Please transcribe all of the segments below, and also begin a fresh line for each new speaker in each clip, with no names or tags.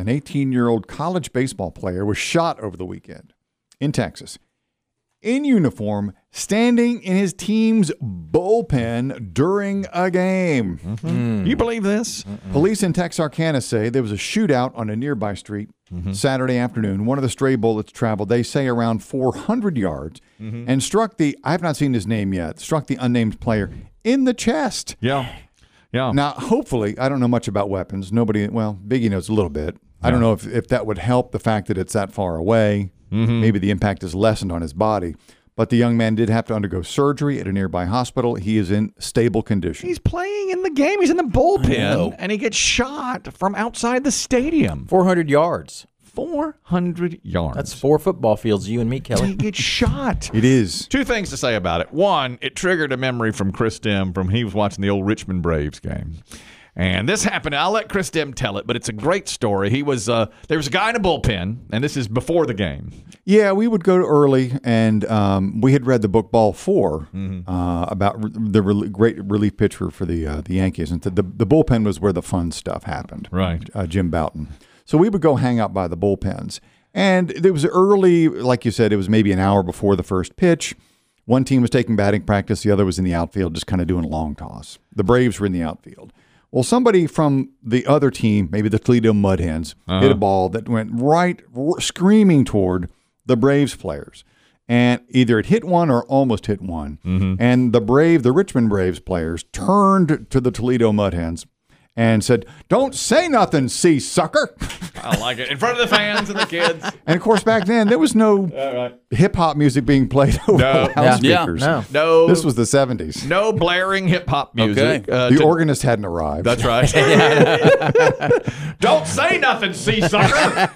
an 18 year old college baseball player was shot over the weekend in Texas in uniform, standing in his team's bullpen during a game.
You believe this?
Police in Texarkana say there was a shootout on a nearby street Saturday afternoon. One of the stray bullets traveled, they say, around 400 yards and struck the, I have not seen his name yet, struck the unnamed player in the chest.
Yeah. Yeah.
Now, hopefully, I don't know much about weapons. Nobody, well, Biggie knows a little bit. I don't know if, if that would help the fact that it's that far away. Maybe the impact is lessened on his body. But the young man did have to undergo surgery at a nearby hospital. He is in stable condition.
He's playing in the game. He's in the bullpen, and he gets shot from outside the stadium.
400 yards.
400 yards.
That's four football fields, you and me,
he
Kelly.
gets shot.
It is.
Two things to say about it. One, it triggered a memory from Chris Dim from he was watching the old Richmond Braves game. And this happened. I'll let Chris Dim tell it, but it's a great story. He was uh, there was a guy in a bullpen, and this is before the game.
Yeah, we would go to early, and um, we had read the book Ball 4 uh, about re- the rel great relief pitcher for the uh, the Yankees, and th- the the bullpen was where the fun stuff happened.
Right.
uh, Jim Bouton. So we would go hang out by the bullpens, and it was early, like you said, it was maybe an hour before the first pitch. One team was taking batting practice, the other was in the outfield, just kind of doing a long toss. The Braves were in the outfield. Well, somebody from the other team, maybe the Toledo Mud Hens, hit a ball that went right r- screaming toward the Braves players. And either it hit one or almost hit one. And the Brave, the Richmond Braves players turned to the Toledo Mud Hens and said, Don't say nothing, see sucker.
I like it in front of the fans and the kids.
And of course, back then, there was no hip hop music being played over
No.
house
Yeah,
speakers.
no.
No,
This was the 70s.
no blaring hip hop music.
Okay.
Uh,
the
to-
organist hadn't arrived.
that's right. Don't say nothing, sea sucker.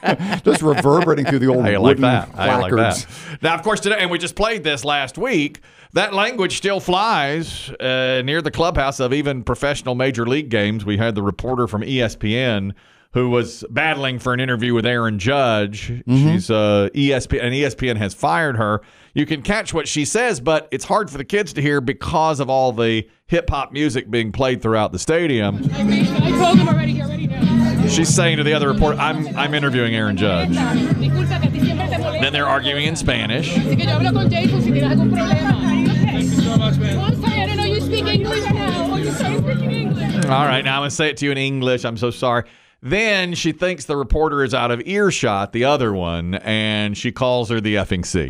Just reverberating through the old
How you like
wooden
that? How you like
placards.
that? Now, of course, today, and we just played this last week. That language still flies uh, near the clubhouse of even professional major league games. We had the reporter from E ESPN who was battling for an interview with Aaron Judge.
Mm-hmm.
She's uh, ESPN, and ESPN has fired her. You can catch what she says, but it's hard for the kids to hear because of all the hip hop music being played throughout the stadium.
I read- I told him already, he already knows.
She's saying to the other reporter, "I'm I'm interviewing Aaron Judge."
Disculpa que a ti siempre te molesta.
Then they're arguing in Spanish.
Así que yo hablo con Jason si tienes algún problema. Thank you so much, man. I'm sorry, I don't know you speak English now. Or you say freaking English.
All right, now I'm going to say it to you in English. I'm so sorry. Then she thinks the reporter is out of earshot, the other one, and she calls her the effing C.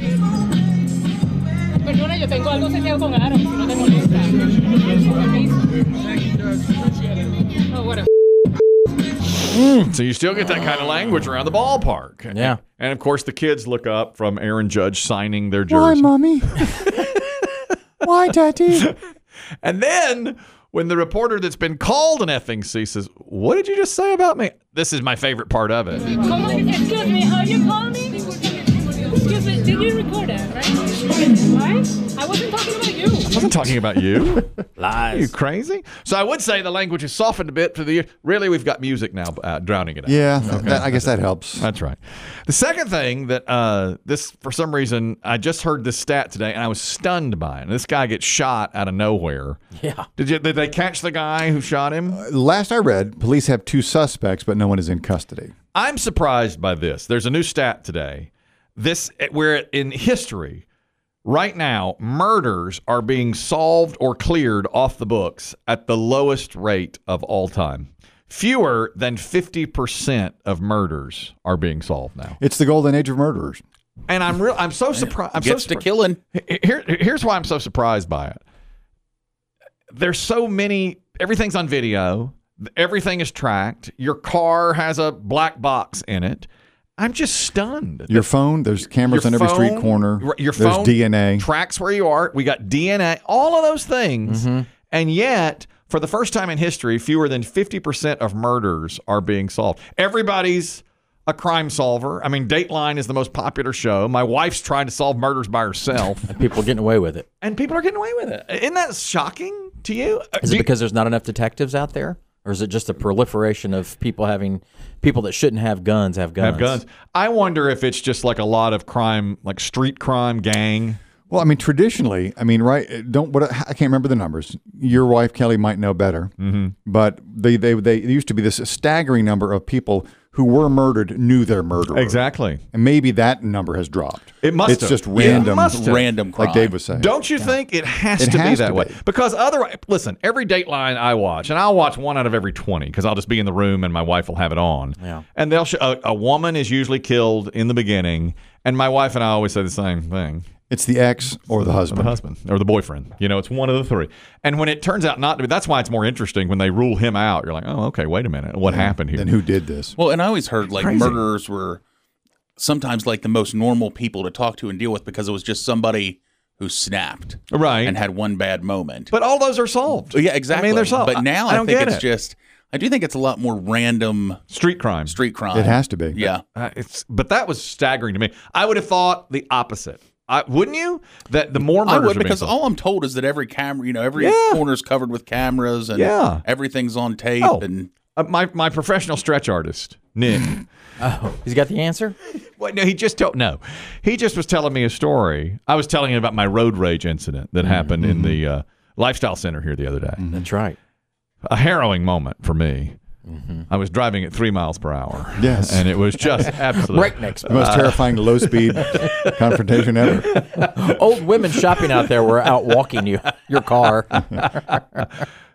Perdona, yo tengo algo seteado con Aaron, si no te molesta. Oh, bueno.
So you still get that kind of language around the ballpark.
Yeah.
And of course, the kids look up from Aaron Judge signing their
Why,
jersey.
mommy? Why, daddy?
And then when the reporter that's been called an effing C says, What did you just say about me? This is my favorite part of it.
¿Cómo? Excuse me, how you call me? Excuse me, did you record that, right? Why? I wasn't talking about you.
I wasn't talking about you. you
Lies.
crazy? So I would say the language has softened a bit for the year. Really, we've got music now uh, drowning it out.
Yeah, that, I guess that helps.
That's right. The second thing that uh, this, for some reason, I just heard this stat today, and I was stunned by it. And this guy gets shot out of nowhere.
Yeah.
Did you? Did they catch the guy who shot him?
Last I read, police have two suspects, but no one is in custody.
I'm surprised by this. There's a new stat today. This where in history, right now, murders are being solved or cleared off the books at the lowest rate of all time. Fewer than 50% of murders are being solved now.
It's the golden age of murderers.
And I'm real I'm so surprised. I'm so
Gets to
surprised.
killing.
Here, here's why I'm so surprised by it. There's so many. Everything's on video. Everything is tracked. Your car has a black box in it. I'm just stunned.
Your phone, there's cameras on every street
phone-
corner.
r- Your
there's
phone
DNA.
tracks where you are. We got DNA. All of those things,
Mm-hmm.
and yet. For the first time in history, fewer than 50% of murders are being solved. Everybody's a crime solver. I mean, Dateline is the most popular show. My wife's trying to solve murders by herself.
People getting away with it.
and people are getting away with it. Isn't that shocking to you? Uh,
Is
do
it
you-
because there's not enough detectives out there? Or is it just a proliferation of people having people that shouldn't have guns have guns?
have guns? I wonder if it's just like a lot of crime, like street crime, gang.
Well, I mean, traditionally, I mean, right? eh, Don't what I can't remember the numbers. Your wife Kelly might know better, mm-hmm. but they they they there used to be this staggering number of people who were murdered knew their murderer.
Exactly.
and maybe that number has dropped.
It must
It's
have.
just
It
random,
must have.
Random crime.
like Dave was saying.
Don't you think it has
It
to be
has
that
to
way?
be.
Because otherwise, listen, every Dateline I watch, and I'll watch one out of every 20 because I'll just be in the room and my wife will have it on.
Yeah.
And they'll show, a, a woman is usually killed in the beginning. And my wife and I always say the same thing
it's the ex or the husband.
Uh-huh.
the husband or the boyfriend. You know, it's one of the three. And when it turns out not to be, that's why it's more interesting when they rule him out. You're like, oh, okay, wait a minute. What happened here?
Then who did this?
Well, and I always heard like murderers were sometimes like the most normal people to talk to and deal with because it was just somebody who snapped
Right.
and had one bad moment.
but all those are solved.
So, yeah, exactly.
I mean, they're solved.
But now
I,
I,
don't
think
get
it's
it.
just I do think it's a lot more random
street crime.
street crime.
It has to be.
Yeah.
Uh, it's but that was staggering to me. I would have thought the opposite. I wouldn't you? That the more
I
murders
would
are being
because
solved.
all I'm told is that every camera, you know, every
Yeah.
corner's covered with cameras and
Yeah.
everything's on tape
Oh.
and
Uh, my my professional stretch artist Nick.
He's got the answer.
Well, no, he just told no. He just was telling me a story. I was telling him about my road rage incident
Mm,
that happened
mm-hmm.
in the uh, lifestyle center here the other day.
That's right.
a harrowing moment for me. I was driving at three miles per hour.
Yes.
And it was just absolutely.
Breakneck speed.
The
Uh,
most terrifying low speed confrontation ever.
Old women shopping out there were out walking you your car.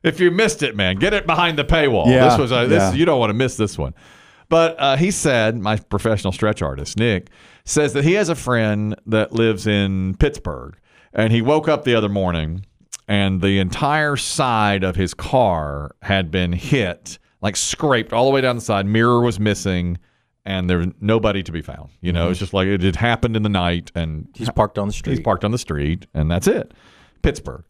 If you missed it, man, get it behind the paywall.
Yeah,
This was a, this
yeah.
you don't want to miss this one. But uh, he said, my professional stretch artist Nick says that he has a friend that lives in Pittsburgh, and he woke up the other morning, and the entire side of his car had been hit, like scraped all the way down the side. Mirror was missing, and there was nobody to be found. You
Mm-hmm.
know, it's just like it had happened in the night, and
He's parked on the street.
He's parked on the street, and that's it. Pittsburgh.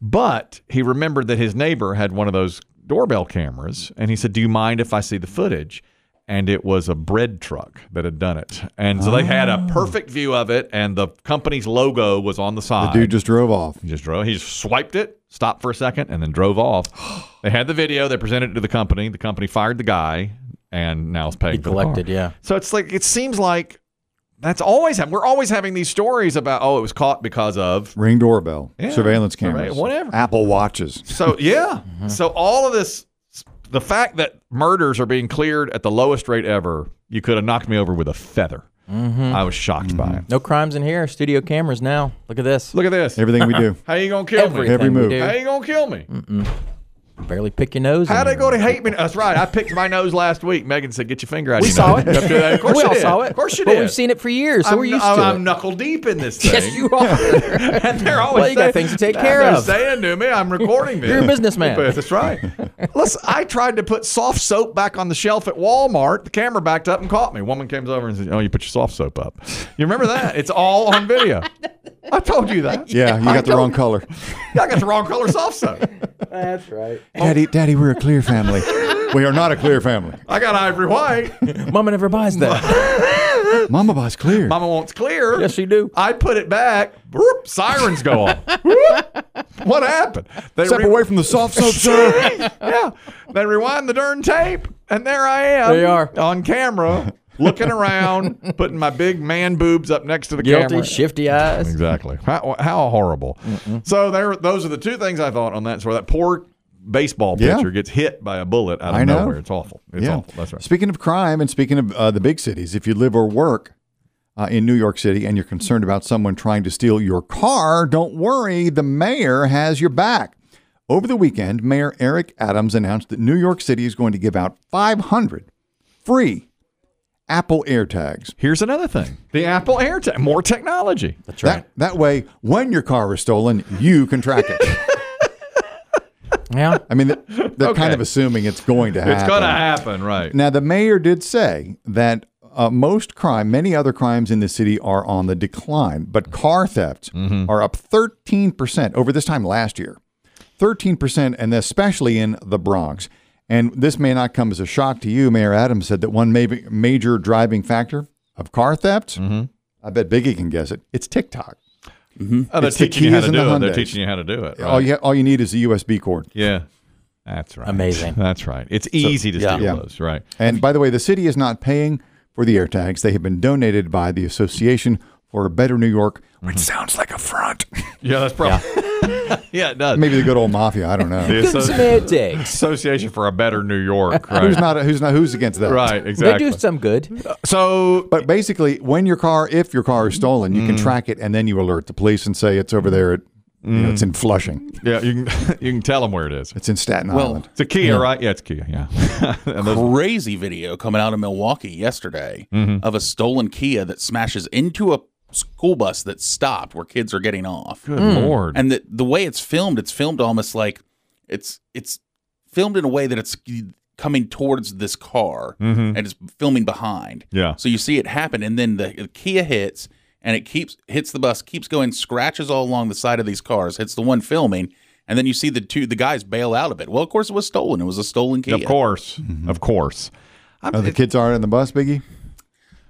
But he remembered that his neighbor had one of those doorbell cameras, and he said, Do you mind if I see the footage? And it was a bread truck that had done it. And so they had a perfect view of it, and the company's logo was on the side.
Dude just drove off.
He just drove. He just swiped it, stopped for a second, and then drove off. they had the video. They presented it to the company. The company fired the guy, and now it's paying
He
for the car.
collected, yeah.
So it's like it seems like that's always happening. We're always having these stories about oh, it was caught because of.
Ring doorbell,
Yeah.
surveillance
Surve-
cameras,
whatever.
Apple watches.
So yeah.
Mm-hmm.
So all of this, the fact that murders are being cleared at the lowest rate ever, you could have knocked me over with a feather.
Mm-hmm.
I was shocked by it.
No crimes in here. Studio cameras now. Look at this.
Look at this.
Everything we do.
How you gonna kill
Everything
me?
Every move.
We
How
do.
you gonna kill me?
Barely pick your nose.
How
in
they
here.
go to hate me? That's right. I picked my nose last week. Megan said, "Get your finger out."
We
of
saw
your
it.
nose." Up to that. Of course
we
you
all
did.
saw it.
Of course you
But
did.
we've seen it for years, so
I'm,
we're used
I'm,
to
I'm
it.
knuckle deep in this thing.
yes, you are.
and they're always
Well, you got
saying-
things to take
they're
care of.
saying to me, "I'm recording this."
You're a businessman.
But that's right. Listen, I tried to put soft soap back on the shelf at Walmart. The camera backed up and caught me. Woman comes over and says, "Oh, you put your soft soap up." You remember that? It's all on video. I told you that.
Yeah, you got the wrong color.
I got the wrong color soft soap.
That's right.
Daddy, Daddy, we're a clear family. we are not a clear family.
I got ivory white.
Mama never buys that.
Mama Boss clear.
Mama wants clear.
yes, she do.
I put it back. Whoop, sirens go on. Whoop. what happened? They
Step
re-
away from the soft soap, sir.
Yeah, they rewind the darn tape, and there I am.
There you are.
on camera, looking around, putting my big man boobs up next to the
Guilty,
camera.
shifty eyes.
Exactly. How, how horrible. So there, those are the two things I thought on that story. That poor baseball
Yeah.
pitcher gets hit by a bullet out of
I know.
nowhere. It's awful. It's
yeah.
awful. That's right.
Speaking of crime and speaking of uh, the big cities, if you live or work uh, in New York City and you're concerned about someone trying to steal your car, don't worry. The mayor has your back. Over the weekend, Mayor Eric Adams announced that New York City is going to give out 500 free Apple AirTags.
Here's another thing: the Apple AirTag, more technology.
That's right.
That, that way, when your car is stolen, you can track it.
yeah.
I mean, they're, they're
Okay.
kind of assuming it's going to happen.
It's gonna happen, right?
Now, the mayor did say that uh, most crime, many other crimes in the city are on the decline, but car thefts
Mm-hmm.
are up 13% over this time last year. 13%, and especially in the Bronx. And this may not come as a shock to you. Mayor Adams said that one maybe major driving factor of car thefts,
Mm-hmm.
I bet Biggie can guess it, it's TikTok.
Oh, they're
It's the
teaching you how
keys
to
and the
do it. They're
Hyundais.
teaching you how to do it.
All,
right?
you, all you need is a USB cord.
Oh, Yeah. That's right.
Amazing.
That's right. It's easy to
yeah.
steal
Yeah.
those, right?
And by the way, the city is not paying for the air tags. They have been donated by the Association for a better New York,
Mm-hmm.
which sounds like a front.
Yeah, that's probably. Yeah, it does.
Maybe the good old mafia. I don't know.
The
Give some
asso-
air digs.
Association for a Better New York,
Who's
right?
not? Who's not? Who's against that?
Right,
They
exactly.
do some good.
so,
But basically, when your car, if your car is stolen, you can
Mm.
track it and then you alert the police and say it's over there. At, you know,
Mm.
it's in Flushing.
yeah, you can you can tell them where it is.
It's in Staten
Well,
Island.
It's a Kia, right? Yeah, it's Kia. Yeah, and those Mm-hmm.
Crazy video coming out of Milwaukee yesterday of a stolen Kia that smashes into a school bus that stopped where kids are getting off.
good lord.
And the the way it's filmed, it's filmed almost like it's it's filmed in a way that it's coming towards this car and it's filming behind.
Mm-hmm. Yeah.
So you see it happen, and then the, the Kia hits, and it keeps hits the bus, keeps going, scratches all along the side of these cars, hits the one filming, and then you see the two the guys bail out of it. Well, of course it was stolen. It was a stolen Kia.
Of course, of course. I'm,
Oh, the kids aren't in the bus, Biggie.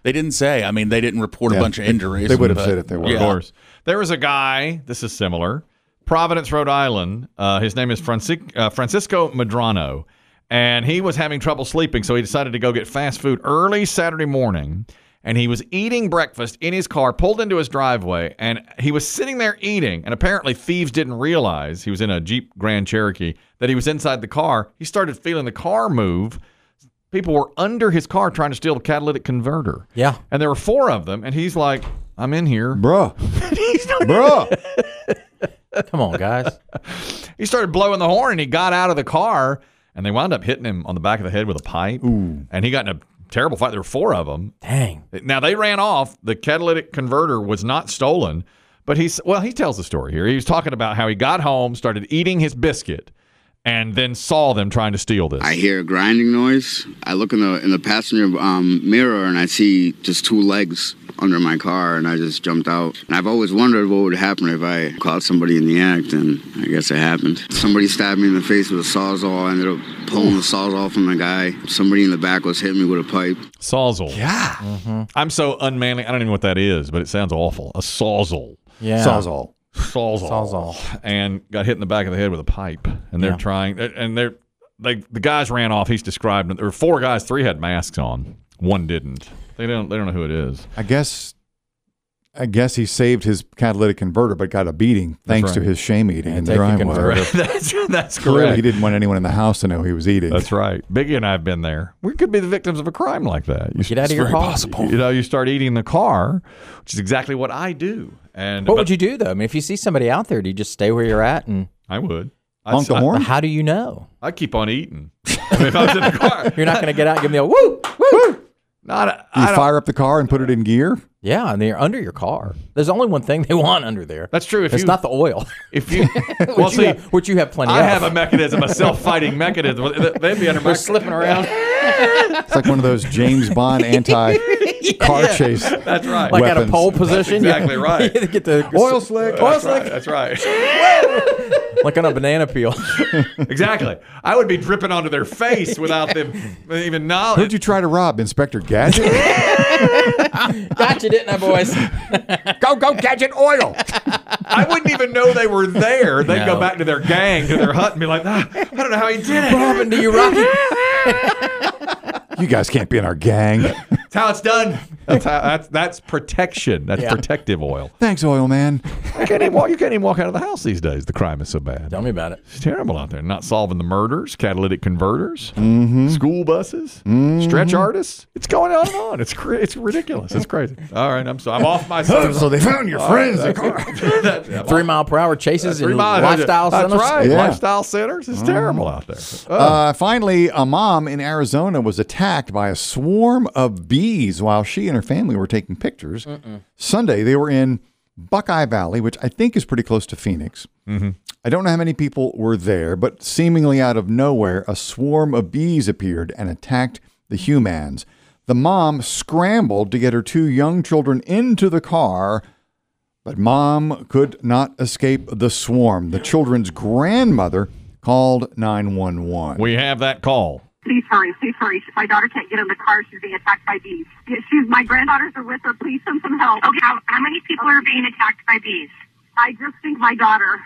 They didn't say. I mean, they didn't report
Yeah,
a bunch of
they-
injuries.
they would have
but-
said if they were.
Of course. There was a guy, this is similar, Providence, Rhode Island. Uh, his name is Franci- uh, Francisco Medrano. And he was having trouble sleeping, so he decided to go get fast food early Saturday morning. And he was eating breakfast in his car, pulled into his driveway, and he was sitting there eating. And apparently, thieves didn't realize he was in a Jeep Grand Cherokee that he was inside the car. He started feeling the car move. People were under his car trying to steal the catalytic converter.
Yeah.
And there were four of them, and he's like, I'm in here.
Bruh. Bruh.
Come on, guys.
He started blowing the horn and he got out of the car and they wound up hitting him on the back of the head with a pipe. And he got in a terrible fight. There were four of them.
Dang.
Now they ran off. The catalytic converter was not stolen, but he's well, he tells the story here. He was talking about how he got home, started eating his biscuit, and then saw them trying to steal this.
I hear a grinding noise. I look in the in the passenger um, mirror and I see just two legs under my car, and I just jumped out. And I've always wondered what would happen if I caught somebody in the act, and I guess it happened. Somebody stabbed me in the face with a sawzall. I ended up pulling the sawzall from the guy. Somebody in the back was hitting me with a pipe.
Sawzall. Yeah. I'm so unmanly. I don't even know what that is, but it sounds awful. A sawzall.
Yeah.
Sawzall.
Sawzall.
Sawzall.
And got hit in the back of the head with a pipe. And they're
Yeah.
trying, and they're, they, the guys ran off. He's described, there were four guys, three had masks on, one didn't. They don't, they don't know who it is.
I guess. I guess he saved his catalytic converter, but got a beating thanks to
right.
his shame eating in the
take your
driveway.
converter.
that's, that's
Clearly, he didn't want anyone in the house to know he was eating.
That's right. Biggie and I have been there. We could be the victims of a crime like that. You,
Get out of your car.
you know, you start eating in the car, which is exactly what I do. And
What
but
would you do though? I mean, if you see somebody out there, do you just stay where you're at? And
I would.
Honk the
I,
horn.
how do you know?
I keep on eating. I mean, if I was in the car,
You're not going to get out and give me a woo, woo.
not. A,
you
I don't,
fire up the car and put it in gear.
Yeah, and they're under your car. There's only one thing they want under there.
that's true. If
it's
you,
not the oil,
If you well,
which, you
see,
have, which you have plenty
I
of.
have a mechanism, a self-fighting mechanism. They'd be under my
They're slipping around.
It's like one of those James Bond anti car chase.
That's right.
like at a
Weapons.
pole position. You-
exactly right.
you get the
Oil slick.
oil
That's
slick,
right. That's right.
like on a banana peel.
Exactly. I would be dripping onto their face without them
Who'd
even knowledge.
you try to rob, Inspector Gadget?
gotcha, didn't I, boys?
go, go, Gadget Oil.
I wouldn't even know they were there. They'd go
No.
back to their gang, to their hut, and be like, ah, I don't know how he did it.
Robin, do you Rocky?
You guys can't be in our gang.
That's how it's done. That's how, that's that's protection. That's
Yeah.
protective oil.
Thanks, Oil Man.
You can't even walk. You can't even walk out of the house these days. The crime is so bad.
Tell me about it.
It's terrible out there. Not solving the murders, catalytic converters, school buses,
Mm-hmm.
stretch artists. It's going on and on. It's cra- it's ridiculous. It's crazy. All right, I'm sorry. I'm off my soapbox.
so they found your
Oh,
friends. the car.
That- yeah,
Three mile per hour chases
three
and
miles.
lifestyle
That's
centers.
right.
Yeah.
Lifestyle centers. It's terrible out there.
Uh, finally, a mom in Arizona was attacked by a swarm of bees while she and her family were taking pictures.
Mm.
Sunday, they were in Buckeye Valley, which I think is pretty close to Phoenix. I don't know how many people were there, but seemingly out of nowhere, a swarm of bees appeared and attacked the humans. The mom scrambled to get her two young children into the car, but mom could not escape the swarm. The children's grandmother called 911.
We have that call.
Please hurry, please hurry. My daughter can't get in the car. She's being attacked by bees. Yeah, She's, my granddaughters are with her. Please send some help. Okay, how, how many people are being attacked by bees? I just think my daughter.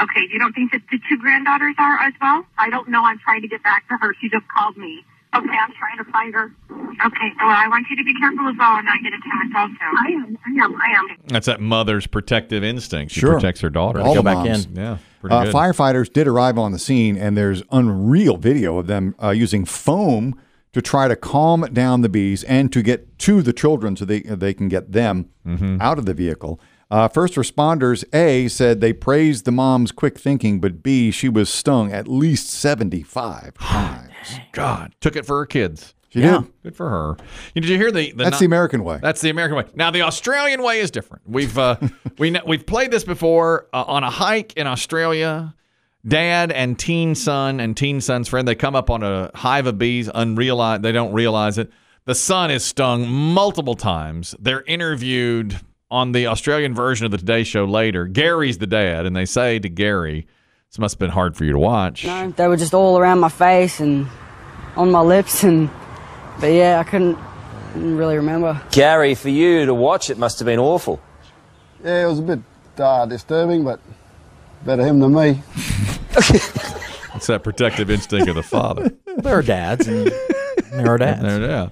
Okay, you don't think that the two granddaughters are as well? I don't know. I'm trying to get back to her. She just called me. Okay, I'm trying to find her.
Okay, well, I want you to be careful as well and not get attacked also.
I am. I am. I am.
That's that mother's protective instinct. She
Sure. Oh
protects her daughter.
All
go
the
back
moms.
in.
yeah, pretty
Uh,
good.
firefighters did arrive on the scene, and there's unreal video of them uh, using foam to try to calm down the bees and to get to the children so they, they can get them
Mm-hmm.
out of the vehicle. Uh, first responders, A, said they praised the mom's quick thinking, but B, she was stung at least 75 times.
God, took it for her kids.
She did.
Good for her. You- Did you hear the? the
That's
no-
the American way.
That's the American way. Now the Australian way is different. We've uh, we kn- we've played this before uh, on a hike in Australia. Dad and teen son and teen son's friend they come up on a hive of bees. Unrealized they don't realize it. The son is stung multiple times. They're interviewed on the Australian version of the Today Show later. Gary's the dad, and they say to Gary, "This must have been hard for you to watch."
They were just all around my face and on my lips, and but yeah, I couldn't really remember.
Gary, for you to watch, it must have been awful.
Yeah, it was a bit uh, disturbing, but better him than me.
It's that protective instinct of the father.
There are dads, and there are dads.
There, yeah,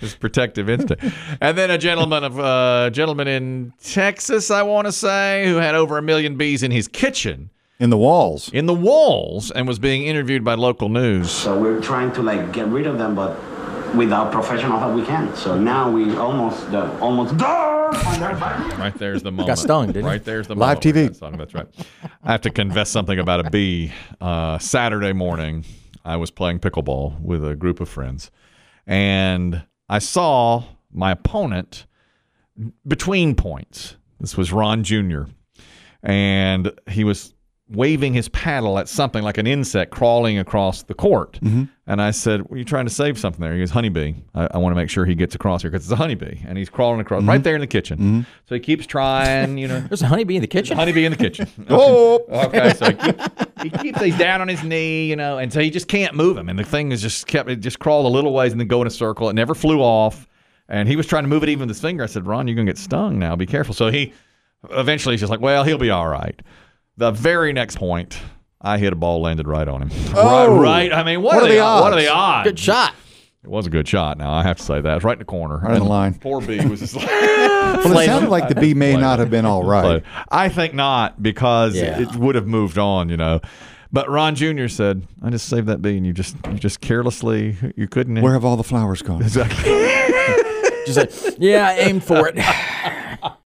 it's protective instinct. And then a gentleman of uh, gentleman in Texas, I want to say, who had over a million bees in his kitchen,
In the walls.
in the walls, and was being interviewed by local news.
So we're trying to like get rid of them, but without professional help we can. So now we almost done. Almost done on their button.
Right there's the moment.
stung, didn't he?
Right there's the
Live
moment with
TV.
that song. That's right. I have to confess something about a bee. Uh, Saturday morning, I was playing pickleball with a group of friends, and I saw my opponent between points. This was Ron Jr. and he was waving his paddle at something like an insect crawling across the court. And I said, "Well, you trying to save something there?" He goes, "Honeybee. I, I want to make sure he gets across here because it's a honeybee, and he's crawling across right there in the kitchen. So he keeps trying, you know."
There's a honeybee in the kitchen.
Honeybee in the kitchen.
Oh,
Okay, so he, keep, he keeps he's down on his knee, you know, and so he just can't move him. And the thing is just kept it just crawled a little ways and then go in a circle. It never flew off. And he was trying to move it even with his finger. I said, Ron, you're gonna get stung now. Be careful. So he eventually he's just like, Well, he'll be all right. The very next point, I hit a ball landed right on him.
Oh.
Right, right. I mean, what,
What
are,
are
the,
the
odds? What are
odds?
the odds?
Good shot.
It was a good shot. Now I have to say that. It was right in the corner.
Right in the line.
Poor B was just like
Well, it sounded like the bee may not have been all right.
but I think not because
Yeah.
it would have moved on, you know. But Ron Jr. said, "I just saved that bee, and you just you just carelessly you couldn't."
Where have all the flowers gone?
exactly?
Just like, yeah, I aimed for it.